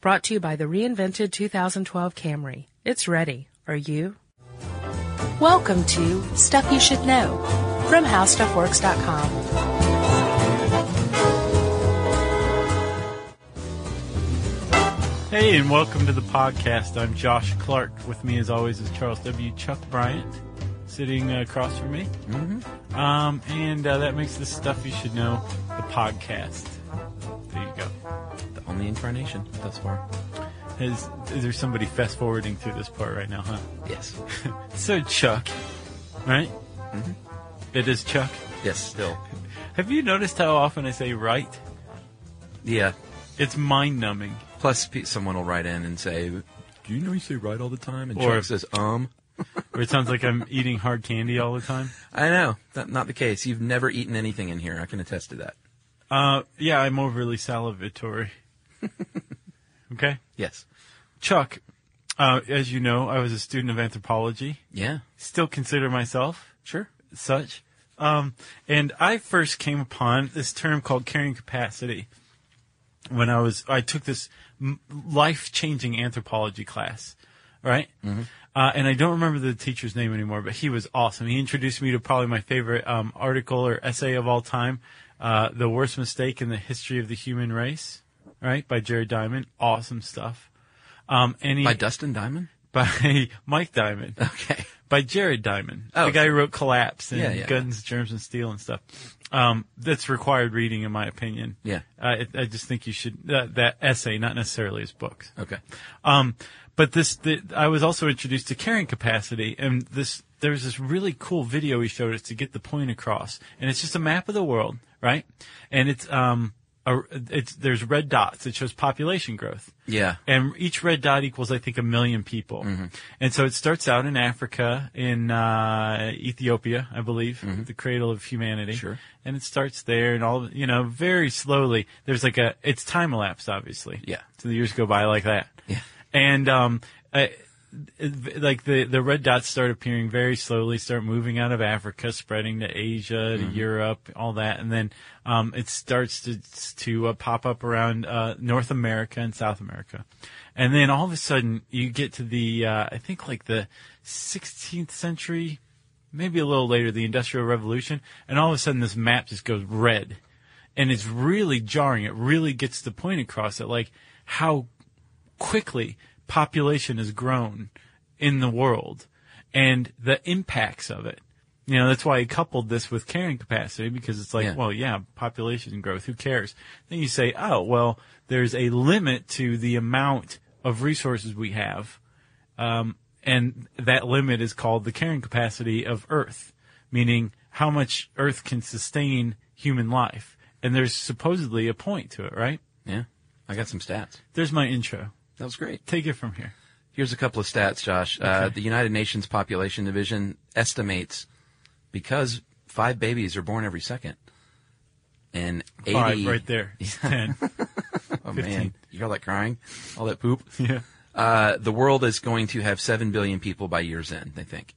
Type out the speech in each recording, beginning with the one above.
Brought to you by the reinvented 2012 Camry. It's ready. Are you? Welcome to Stuff You Should Know from HowStuffWorks.com. Hey, and welcome to the podcast. I'm Josh Clark. With me, as always, is Charles W. Chuck Bryant, sitting uh, across from me. Mm-hmm. Um, and uh, that makes the stuff you should know the podcast. There you go. The only incarnation thus far. Is, is there somebody fast forwarding through this part right now, huh? Yes. So, Chuck, Mm-hmm. right? It is Chuck. yes, still. Have you noticed how often I say right? Yeah. It's mind numbing. Plus, pe- someone will write in and say, Do you know you say right all the time? And Or- Chuck says, Um. Or it sounds like I'm eating hard candy all the time. I know. That, not the case. You've never eaten anything in here. I can attest to that. Uh, yeah, I'm overly salivatory. okay. Yes. Chuck, uh, as you know, I was a student of anthropology. Yeah. Still consider myself Sure. such. Um, and I first came upon this term called carrying capacity when I was I took this m- life-changing anthropology class, right? Uh, and I don't remember the teacher's name anymore, but he was awesome. He introduced me to probably my favorite um, article or essay of all time, uh, "The Worst Mistake in the History of the Human Race," right by Jerry Diamond. Awesome stuff. Um, and he, By Dustin Diamond? by Mike Diamond Okay. by Jared Diamond, Oh. the guy who wrote Collapse and Yeah, yeah. Guns, Germs, and Steel and stuff. Um, that's required reading, in my opinion. Yeah. I, I just think you should that, that essay, not necessarily his books. Okay. Um, but this, the, I was also introduced to carrying capacity, and this there was this really cool video he showed us to get the point across, and it's just a map of the world, right? And it's um, a, it's there's red dots. It shows population growth. Yeah. Mm-hmm. And each red dot equals, I think, a million people. And so it starts out in Africa, in uh, Ethiopia, I believe, the cradle of humanity. Mm-hmm. Sure. And it starts there, and all you know, very slowly. There's like a, it's time elapsed, obviously. Yeah. So the years go by like that. Yeah. And um, I, it- like the the red dots start appearing very slowly, start moving out of Africa, spreading to Asia, to Europe, all that, and then um, it starts to to uh, pop up around uh, North America and South America, and then all of a sudden you get to the uh, I think like the 16th century, maybe a little later, the Industrial Revolution, and all of a sudden this map just goes red, and it's really jarring. It really gets the point across that like how quickly population has grown in the world and the impacts of it. You know, that's why I coupled this with carrying capacity because it's like, Yeah. well, yeah, population growth, who cares? Then you say, oh, well, there's a limit to the amount of resources we have. Um, and that limit is called the carrying capacity of Earth, meaning how much Earth can sustain human life. And there's supposedly a point to it, right? Yeah. I got some stats. There's my intro. That was great. Take it from here. Here's a couple of stats, Josh. Uh, the United Nations Population Division estimates because five babies are born every second, and 80, Five right there. It's Ten. Oh 15. man, you hear all that crying, all that poop. yeah. Uh, the world is going to have seven billion people by year's end. They think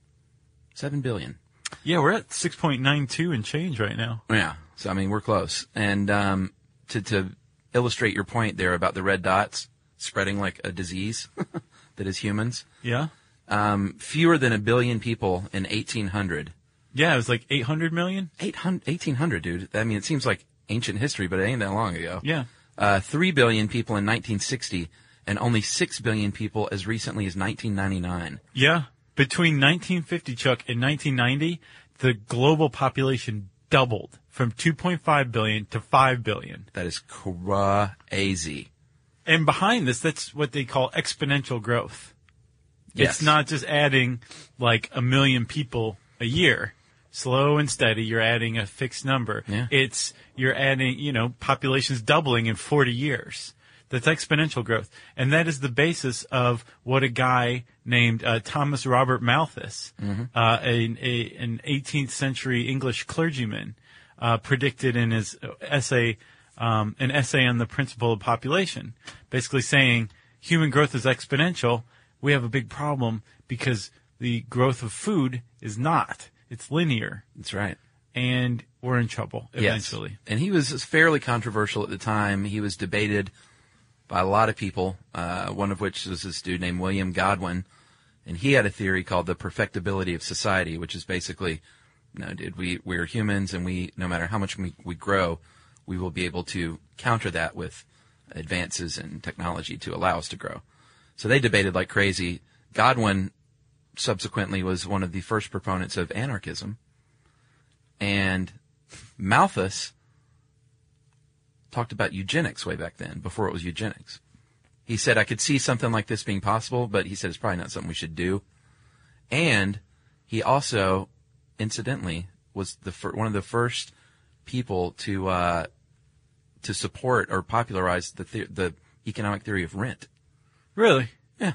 seven billion. Yeah, we're at 6.92 and change right now. Yeah. So I mean, we're close. And um, to to illustrate your point there about the red dots spreading like a disease that is humans, Yeah. um, fewer than a billion people in 1800 Yeah, it was like 800 million. 800 1800, dude. I mean, it seems like ancient history, but it ain't that long ago. Yeah. Uh, 3 billion people in 1960 and only 6 billion people as recently as 1999. Yeah. Between 1950, Chuck, and 1990, the global population doubled from 2.5 billion to 5 billion. That is crazy. And behind this, that's what they call exponential growth. Yes. It's not just adding like a million people a year. Slow and steady, you're adding a fixed number. Yeah. It's, you're adding, you know, population's doubling in 40 years. That's exponential growth. And that is the basis of what a guy named uh, Thomas Robert Malthus, Mm-hmm. uh, an, a, an 18th century English clergyman, uh, predicted in his essay, um, an essay on the principle of population, basically saying human growth is exponential. We have a big problem because the growth of food is not. It's linear, That's right. and we're in trouble Yes. eventually. And he was fairly controversial at the time. He was debated by a lot of people, uh, one of which was this dude named William Godwin. And he had a theory called the perfectibility of society, which is basically, no, dude, we, we're humans and we, no matter how much we, we grow, we will be able to counter that with advances in technology to allow us to grow. So they debated like crazy. Godwin subsequently was one of the first proponents of anarchism. And Malthus talked about eugenics way back then, before it was eugenics. He said, I could see something like this being possible, but he said it's probably not something we should do. And he also, incidentally, was the fir- one of the first people to uh, to support or popularize the the- the economic theory of rent. Really? Yeah.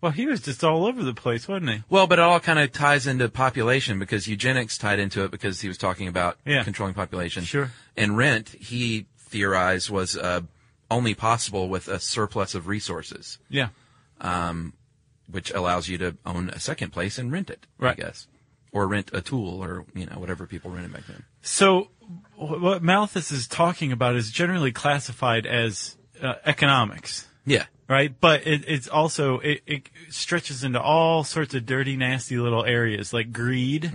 Well, he was just all over the place, wasn't he? Well, but it all kind of ties into population because eugenics tied into it because he was talking about Yeah. controlling population. Sure. And rent, he theorized, was uh, only possible with a surplus of resources, Yeah. which allows you to own a second place and rent it, Right. I guess. Or rent a tool or, you know, whatever people rented back then. So, wh- what Malthus is talking about is generally classified as uh, economics, Yeah. right? But it, it's also it, it stretches into all sorts of dirty, nasty little areas like greed,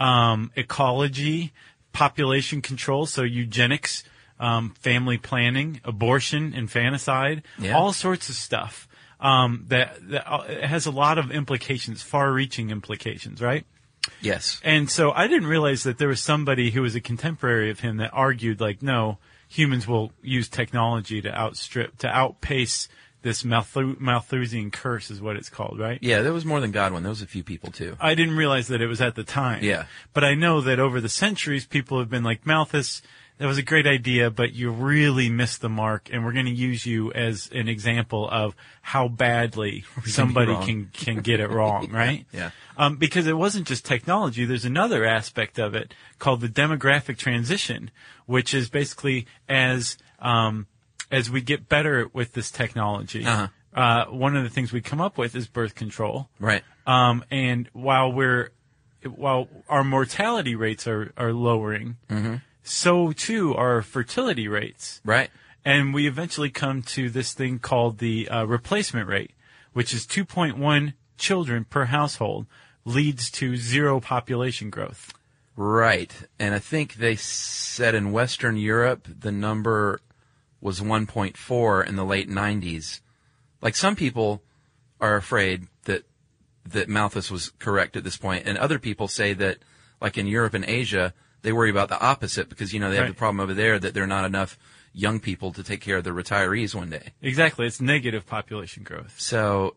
um, ecology, population control, so eugenics, um, family planning, abortion, infanticide, Yeah. all sorts of stuff um, that that uh, it has a lot of implications, far-reaching implications, right? Yes. And so I didn't realize that there was somebody who was a contemporary of him that argued like, no, humans will use technology to outstrip, to outpace this Malthu- Malthusian curse is what it's called, right? Yeah, there was more than Godwin. There was a few people too. I didn't realize that it was at the time. Yeah. But I know that over the centuries, people have been like, Malthus, that was a great idea, but you really missed the mark, and we're going to use you as an example of how badly somebody wrong. can, can get it wrong, right? Yeah. Um, because it wasn't just technology. There's another aspect of it called the demographic transition, which is basically as, um, as we get better with this technology, Uh-huh. uh, one of the things we come up with is birth control. Right. Um, and while we're, while our mortality rates are, are lowering, so too are fertility rates. Right. And we eventually come to this thing called the uh, replacement rate, which is 2.1 children per household leads to zero population growth. Right. And I think they said in Western Europe the number was 1.4 in the late 90s. Like some people are afraid that that Malthus was correct at this point and other people say that like in Europe and Asia they worry about the opposite because you know they have Right. the problem over there that there are not enough young people to take care of the retirees one day. Exactly. It's negative population growth. So,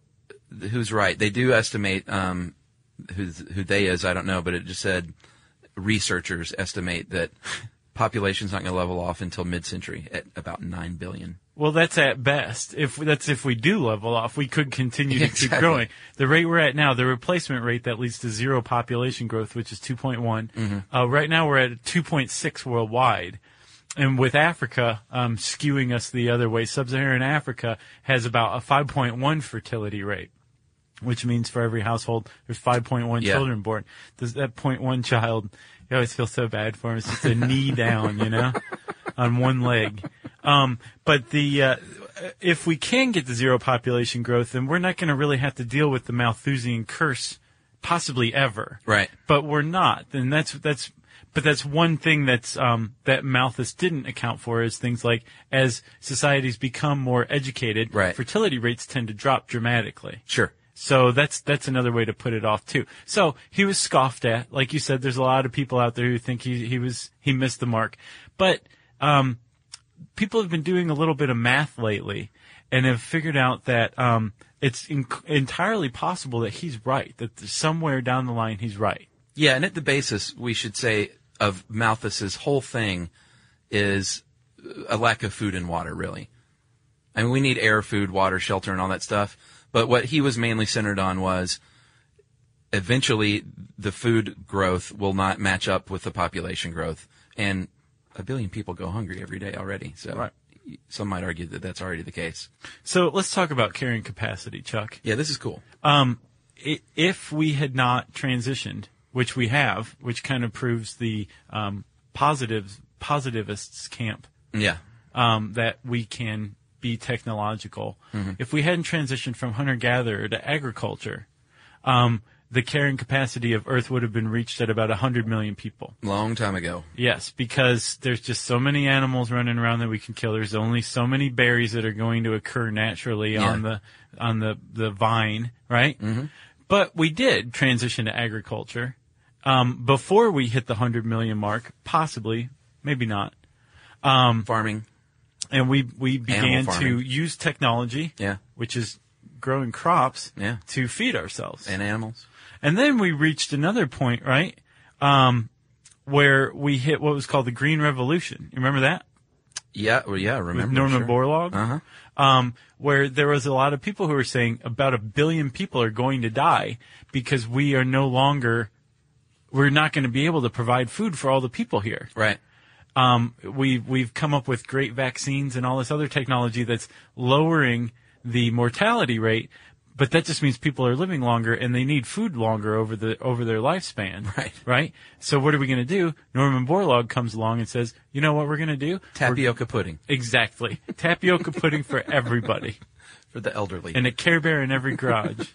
th- who's right? They do estimate um, who who they is. I don't know, but it just said researchers estimate that population's not going to level off until mid-century at about nine billion. Well, that's at best. If that's if we do level off, we could continue to keep Exactly. growing. The rate we're at now, the replacement rate that leads to zero population growth, which is 2one Mm-hmm. Uh, right now, we're at 2.6 worldwide, and with Africa um, skewing us the other way, sub-Saharan Africa has about a 5.1 fertility rate, which means for every household, there's 5.1 Yeah. children born. Does that 0.1 child? You always feel so bad for him. It's just a knee down, you know, on one leg. Um, but the uh, if we can get to zero population growth, then we're not going to really have to deal with the Malthusian curse, possibly ever. Right. But we're not, and that's that's. But that's one thing that's um, that Malthus didn't account for is things like as societies become more educated, Right. fertility rates tend to drop dramatically. Sure. So that's that's another way to put it off too. So he was scoffed at, like you said. There's a lot of people out there who think he he was he missed the mark, but um, people have been doing a little bit of math lately and have figured out that um, it's in- entirely possible that he's right. That somewhere down the line he's right. Yeah, and at the basis, we should say of Malthus's whole thing is a lack of food and water, really. I mean, we need air, food, water, shelter, and all that stuff. But what he was mainly centered on was eventually the food growth will not match up with the population growth, and a billion people go hungry every day already. So Right. some might argue that that's already the case. So let's talk about carrying capacity, Chuck. Yeah, this is cool. Um, i- if we had not transitioned, which we have, which kind of proves the um, positives positivists camp. Yeah, um, that we can be technological. If we hadn't transitioned from hunter gatherer to agriculture, um, the carrying capacity of Earth would have been reached at about 100 million people. Long time ago. Yes, because there's just so many animals running around that we can kill. There's only so many berries that are going to occur naturally Yeah. on the on the the vine, right? But we did transition to agriculture um, before we hit the hundred million mark, possibly, maybe not. Farming. And we we began to farming. use technology, Yeah. which is growing crops, Yeah. to feed ourselves. And animals. And then we reached another point, right? Um, where we hit what was called the Green Revolution. You remember that? Yeah. Well, yeah. I With Remember. Norman sure. Borlaug? Uh-huh. Um, where there was a lot of people who were saying about a billion people are going to die because we are no longer, we're not going to be able to provide food for all the people here. Right. We, we've come up with great vaccines and all this other technology that's lowering the mortality rate, but that just means people are living longer and they need food longer over the, over their lifespan. Right. Right. So what are we going to do? Norman Borlaug comes along and says, you know what we're going to do? We're- Tapioca pudding Exactly. Tapioca pudding for everybody. for the elderly. And a Care Bear in every garage.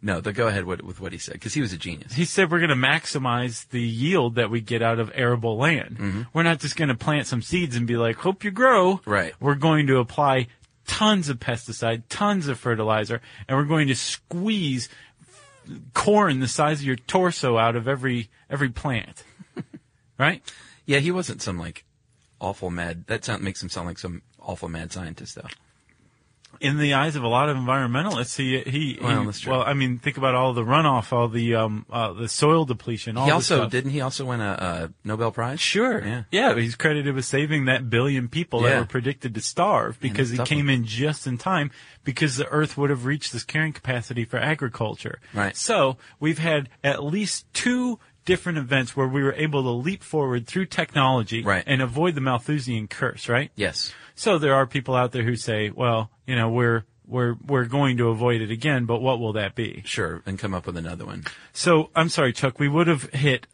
no, the go ahead with, with what he said because he was a genius. He said we're going to maximize the yield that we get out of arable land. Mm-hmm. We're not just going to plant some seeds and be like, hope you grow. Right. We're going to apply tons of pesticide, tons of fertilizer, and we're going to squeeze corn the size of your torso out of every, every plant. right? Yeah, he wasn't some like awful mad. That sound makes him sound like some awful mad scientist though. in the eyes of a lot of environmentalists, he he he- Well, that's true. well, I mean, think about all the runoff, all the um uh, the soil depletion. All he the also stuff. didn't he also win a, a Nobel Prize? Sure. Yeah. He's credited with saving that billion people that Yeah. were predicted to starve because it's he tough came in just in time because the earth would have reached this carrying capacity for agriculture. Right. So we've had at least two different events where we were able to leap forward through technology Right. and avoid the Malthusian curse, right? Yes. So there are people out there who say, well, you know, we're we're we're going to avoid it again, but what will that be? Sure. And come up with another one. So I'm sorry, Chuck, we would have hit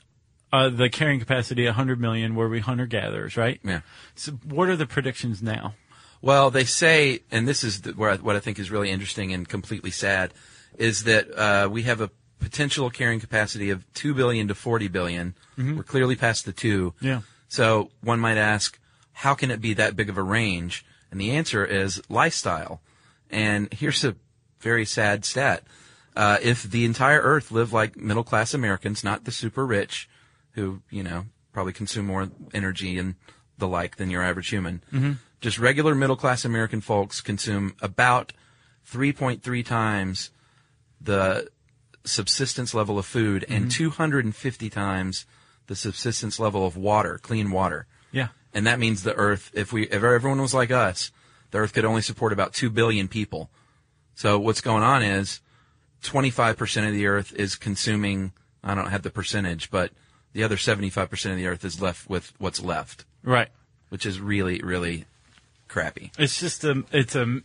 uh, the carrying capacity 100 million were we hunter gatherers, right? Yeah. So what are the predictions now? Well, Well, they say, and this is the, where I, what I think is really interesting and completely sad, is that uh, we have a potential carrying capacity of two billion to forty billion. We're clearly past the two. Mm-hmm. Yeah. So one might ask, how can it be that big of a range? And the answer is lifestyle. And here's a very sad stat. Uh, if the entire earth lived like middle class Americans, not the super rich, who, you know, probably consume more energy and the like than your average human, just regular middle class American folks consume about 3.3 times the subsistence level of food and 250 times the subsistence level of water, clean water. yeah. And that means the earth, if we, if everyone was like us, the earth could only support about 2 billion people. So what's going on is 25% of the earth is consuming, I don't have the percentage, but the other 75% of the earth is left with what's left, Right. which is really, really crappy. It's just a it's a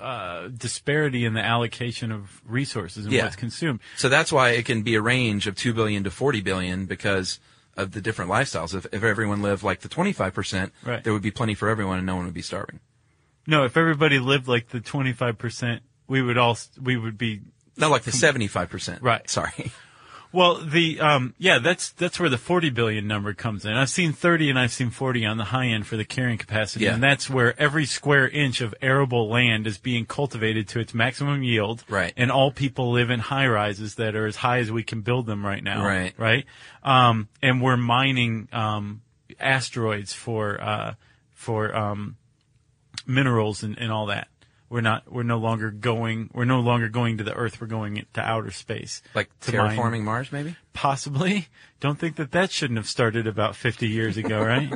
uh, disparity in the allocation of resources and Yeah. what's consumed. So that's why it can be a range of 2 billion to 40 billion because of the different lifestyles. If, if everyone lived like the 25%, Right. there would be plenty for everyone and no one would be starving. No, if everybody lived like the 25%, we would all we would be Not like the 75%. Right. Sorry. Well, the um, yeah, that's that's where the forty billion number comes in. I've seen thirty and I've seen forty on the high end for the carrying capacity, Yeah. and that's where every square inch of arable land is being cultivated to its maximum yield. Right. And all people live in high rises that are as high as we can build them right now. Right. Right. Um, and we're mining um, asteroids for uh, for um, minerals and, and all that. We're not. We're no longer going. We're no longer going to the Earth. We're going to outer space. Like to mine- terraforming Mars, maybe? possibly. Don't think that that shouldn't have started about 50 years ago, right?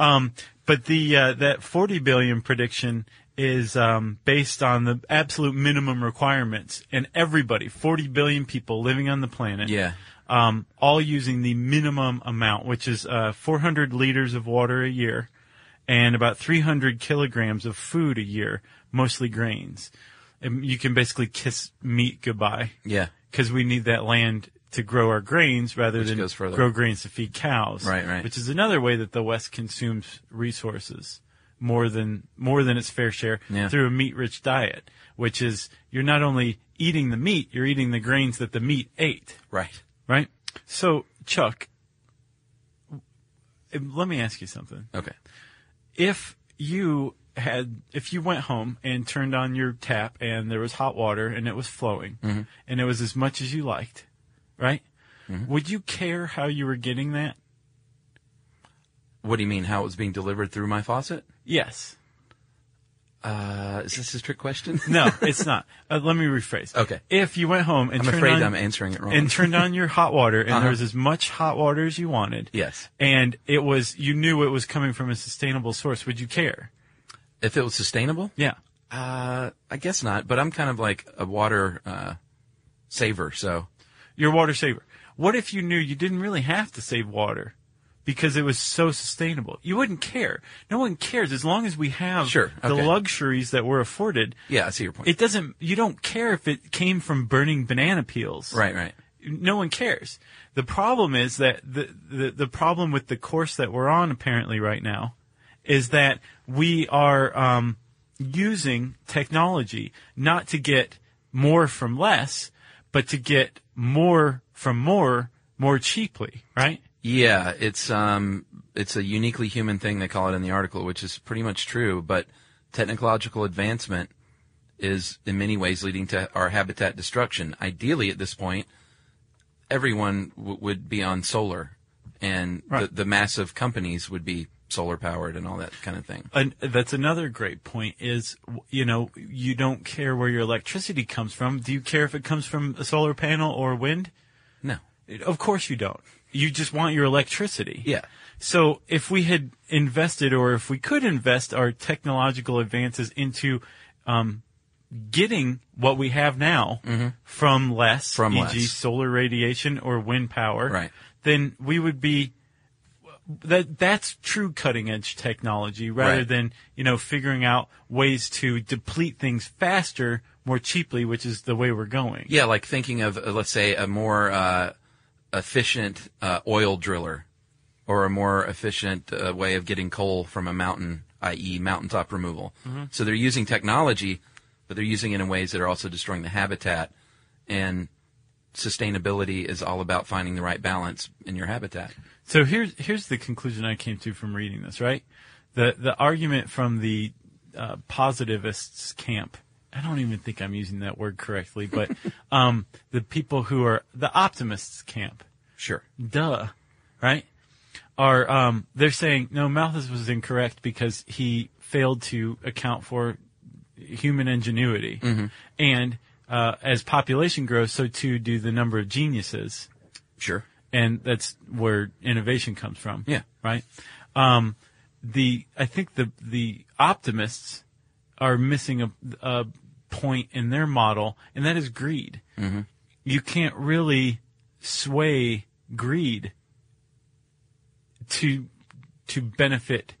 um, but the uh, that 40 billion prediction is um, based on the absolute minimum requirements, and everybody, 40 billion people living on the planet, Yeah. um, all using the minimum amount, which is uh, 400 liters of water a year and about 300 kilograms of food a year, mostly grains. And you can basically kiss meat goodbye Yeah. because we need that land to grow our grains rather Which than goes further. grow grains to feed cows. Right, right. Which is another way that the West consumes resources more than more than its fair share Yeah. through a meat-rich diet, which is you're not only eating the meat, you're eating the grains that the meat ate, Right. right? So, Chuck, w- let me ask you something. Okay. If you had if you went home and turned on your tap and there was hot water and it was flowing Mm-hmm. and it was as much as you liked, right? Mm-hmm. Would you care how you were getting that? What do you mean? How it was being delivered through my faucet? Yes. Uh, is this a trick question? No, it's not. Uh, let me rephrase. Okay. If you went home and I'm turned afraid on, I'm answering it wrong. and turned on your hot water and Uh-huh. there was as much hot water as you wanted. Yes. And it was you knew it was coming from a sustainable source, would you care? If it was sustainable? Yeah. Uh, I guess not, but I'm kind of like a water, uh, saver. So Your water saver. What if you knew you didn't really have to save water? Because it was so sustainable. You wouldn't care. No one cares as long as we have Sure, the okay. luxuries that we're afforded. yeah, I see your point. It doesn't, you don't care if it came from burning banana peels. right, right. no one cares. The problem is that the, the the problem with the course that we're on apparently right now is that we are um, using technology not to get more from less, but to get more from more more cheaply, right? Yeah, it's um, it's a uniquely human thing they call it in the article, which is pretty much true. But technological advancement is in many ways leading to our habitat destruction. Ideally, at this point, everyone w- would be on solar, and the, Right. the massive companies would be solar powered and all that kind of thing. An, that's another great point is, w- you know, you don't care where your electricity comes from. Do you care if it comes from a solar panel or wind? No, Of course you don't. You just want your electricity. yeah, So if we had invested or if we could invest our technological advances into um, getting what we have now from less, Mm-hmm. From e.g. less. solar radiation or wind power, Right. then we would be that that's true cutting edge technology rather Right. than you know figuring out ways to deplete things faster more cheaply which is the way we're going yeah. Like thinking of uh, let's say a more uh, efficient uh, oil driller, or a more efficient uh, way of getting coal from a mountain, i.e., mountaintop removal. So they're using technology, but they're using it in ways that are also destroying the habitat. And sustainability is all about finding the right balance in your habitat. So here's here's the conclusion I came to from reading this. Right, the the argument from the uh, positivists camp. I don't even think I'm using that word correctly, but um, the people who are the optimists camp, Sure. duh, right? Are um, they're saying no? Malthus was incorrect because he failed to account for human ingenuity, and uh, as population grows, so too do the number of geniuses Sure. and that's where innovation comes from. Yeah. Right. Um, the I think the the optimists are missing a, a point in their model, and that is greed. You can't really sway greed to to benefit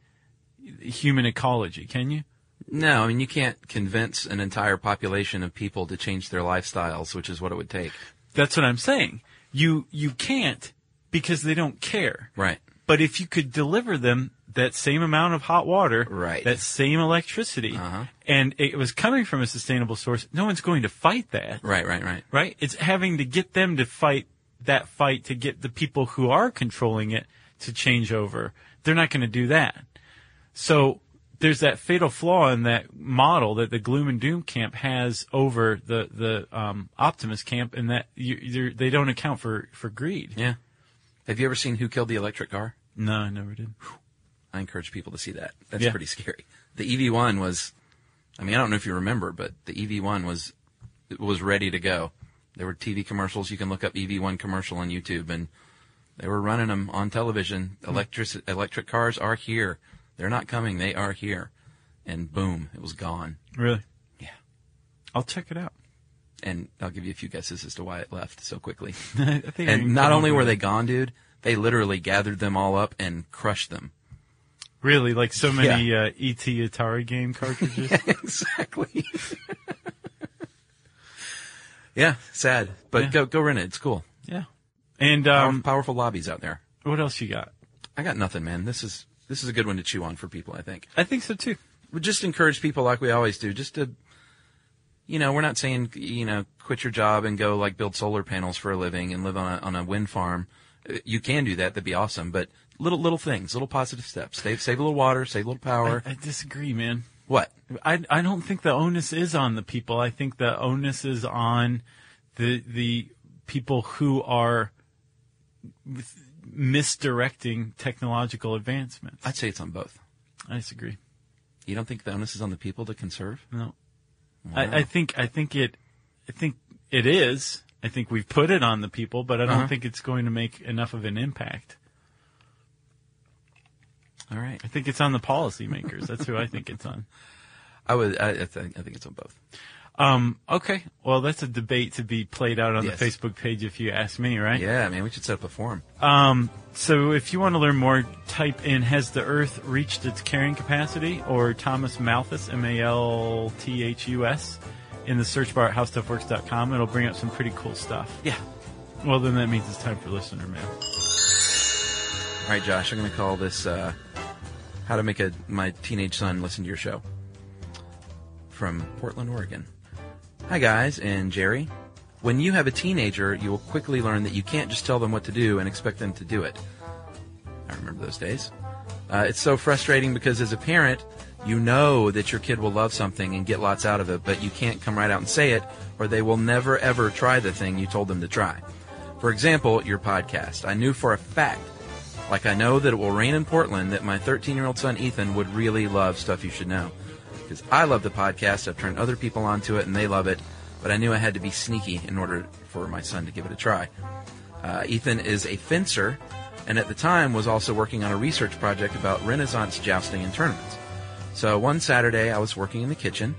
human ecology, can you? No, I mean, you can't convince an entire population of people to change their lifestyles, which is what it would take. That's what I'm saying. You you can't because they don't care. Right. But if you could deliver them that same amount of hot water, Right. that same electricity, Uh-huh. and it was coming from a sustainable source, no one's going to fight that, Right, right, right. right? It's having to get them to fight that fight to get the people who are controlling it to change over. They're not going to do that. So there's that fatal flaw in that model that the gloom and doom camp has over the the um, optimist camp, and that you, you're- they don't account for for greed. Yeah. Have you ever seen Who Killed the Electric Car? No, I never did. I encourage people to see that. That's Yeah. pretty scary. The EV1 was, I mean, I don't know if you remember, but the EV1 was it was ready to go. There were TV commercials. You can look up EV1 commercial on YouTube, and they were running them on television. Hmm. Electric electric cars are here. They're not coming. They are here. And boom, it was gone. Really? Yeah. I'll check it out. And I'll give you a few guesses as to why it left so quickly. I think I and can not come only up were with they it. gone, dude, they literally gathered them all up and crushed them. really like so many uh, ET Atari game cartridges. exactly. yeah, sad, but Yeah. go go rent it. It's cool. yeah. And Power- um, powerful lobbies out there. what else you got? I got nothing, man. This is This is a good one to chew on for people, I think. I think so too. We just encourage people, like we always do, just to, you know, we're not saying, you know, quit your job and go like build solar panels for a living and live on a, on a wind farm. Uh, You can do that. That'd be awesome. But little, little things, little positive steps. Save, save a little water, save a little power. I, I disagree, man. what? I, I don't think the onus is on the people. I think the onus is on the the people who are misdirecting technological advancements. I, I'd say it's on both. disagree. You don't think the onus is on the people to conserve? No, I, I think I think it I think it is. I think we've put it on the people, but I don't Uh-huh. think it's going to make enough of an impact. All right. I think it's on the policymakers. That's who I think it's on. I would. I, I, think, I think it's on both. Um, okay. Well, that's a debate to be played out on Yes. the Facebook page, if you ask me, right? Yeah, man. We should set up a forum. So if you want to learn more, type in Has the Earth Reached Its Carrying Capacity or Thomas Malthus, M A L T H U S, in the search bar at howstuffworks.com. It'll bring up some pretty cool stuff. Yeah. Well, then that means it's time for listener mail. All right, Josh. I'm going to call this uh, "How to Make a My Teenage Son Listen to Your Show" from Portland, Oregon. Hi, guys, and Jerry. When you have a teenager, you will quickly learn that you can't just tell them what to do and expect them to do it. I remember those days. Uh, it's so frustrating because as a parent, you know that your kid will love something and get lots out of it, but you can't come right out and say it, or they will never ever try the thing you told them to try. For example, your podcast. I knew for a fact, like I know that it will rain in Portland, that my 13 year old son Ethan would really love stuff you should know. Because I love the podcast, I've turned other people onto it and they love it, but I knew I had to be sneaky in order for my son to give it a try. Uh, Ethan is a fencer and at the time was also working on a research project about Renaissance jousting and tournaments. So one Saturday, I was working in the kitchen.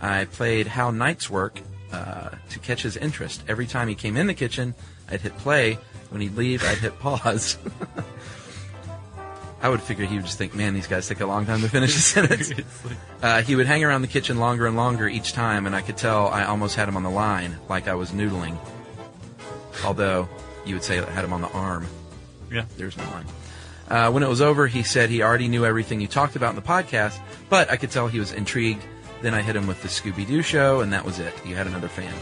I played How Knights Work uh, to catch his interest. Every time he came in the kitchen, I'd hit play. When he'd leave, I'd hit pause. I would figure he would just think, man, these guys take a long time to finish a sentence. Uh, he would hang around the kitchen longer and longer each time, and I could tell I almost had him on the line, like I was noodling. Although, you would say I had him on the arm. Yeah. There's no line. Uh, when it was over, he said he already knew everything you talked about in the podcast, but I could tell he was intrigued. Then I hit him with the Scooby Doo show, and that was it. He had another fan.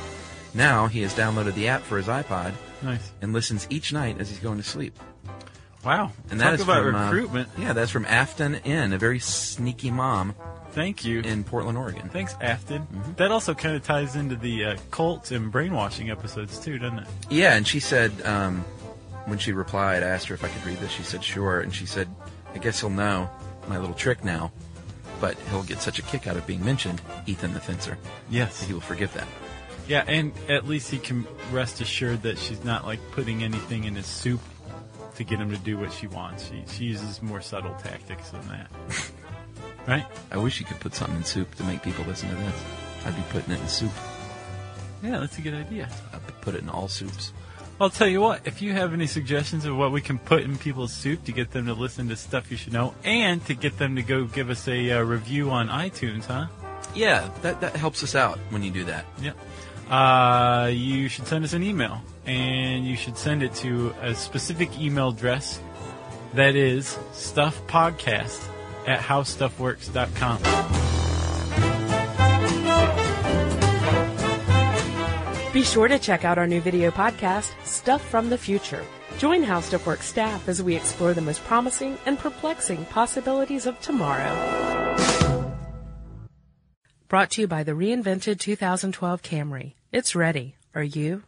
Now he has downloaded the app for his iPod Nice. and listens each night as he's going to sleep. Wow. And Talk that is about from, uh, recruitment. yeah, that's from Afton Inn, a very sneaky mom Thank you. in Portland, Oregon. Thanks, Afton. That also kind of ties into the uh, cults and brainwashing episodes too, doesn't it? Yeah, and she said um, when she replied, I asked her if I could read this. She said sure, and she said, I guess he'll know my little trick now, but he'll get such a kick out of being mentioned, Ethan the fencer. Yes. He will forget that. Yeah, and at least he can rest assured that she's not like putting anything in his soup to get him to do what she wants. She, she uses more subtle tactics than that. right? I wish you could put something in soup to make people listen to this. I'd be putting it in soup. Yeah, that's a good idea. I'd put it in all soups. I'll tell you what, if you have any suggestions of what we can put in people's soup to get them to listen to stuff you should know and to get them to go give us a uh, review on iTunes, huh? Yeah, that, that helps us out when you do that. Yeah. Uh, you should send us an email, and you should send it to a specific email address that is stuffpodcast at howstuffworks.com. Be sure to check out our new video podcast, Stuff from the Future. Join How Stuff Works staff as we explore the most promising and perplexing possibilities of tomorrow. Brought to you by the reinvented 2012 Camry. It's ready. Are you?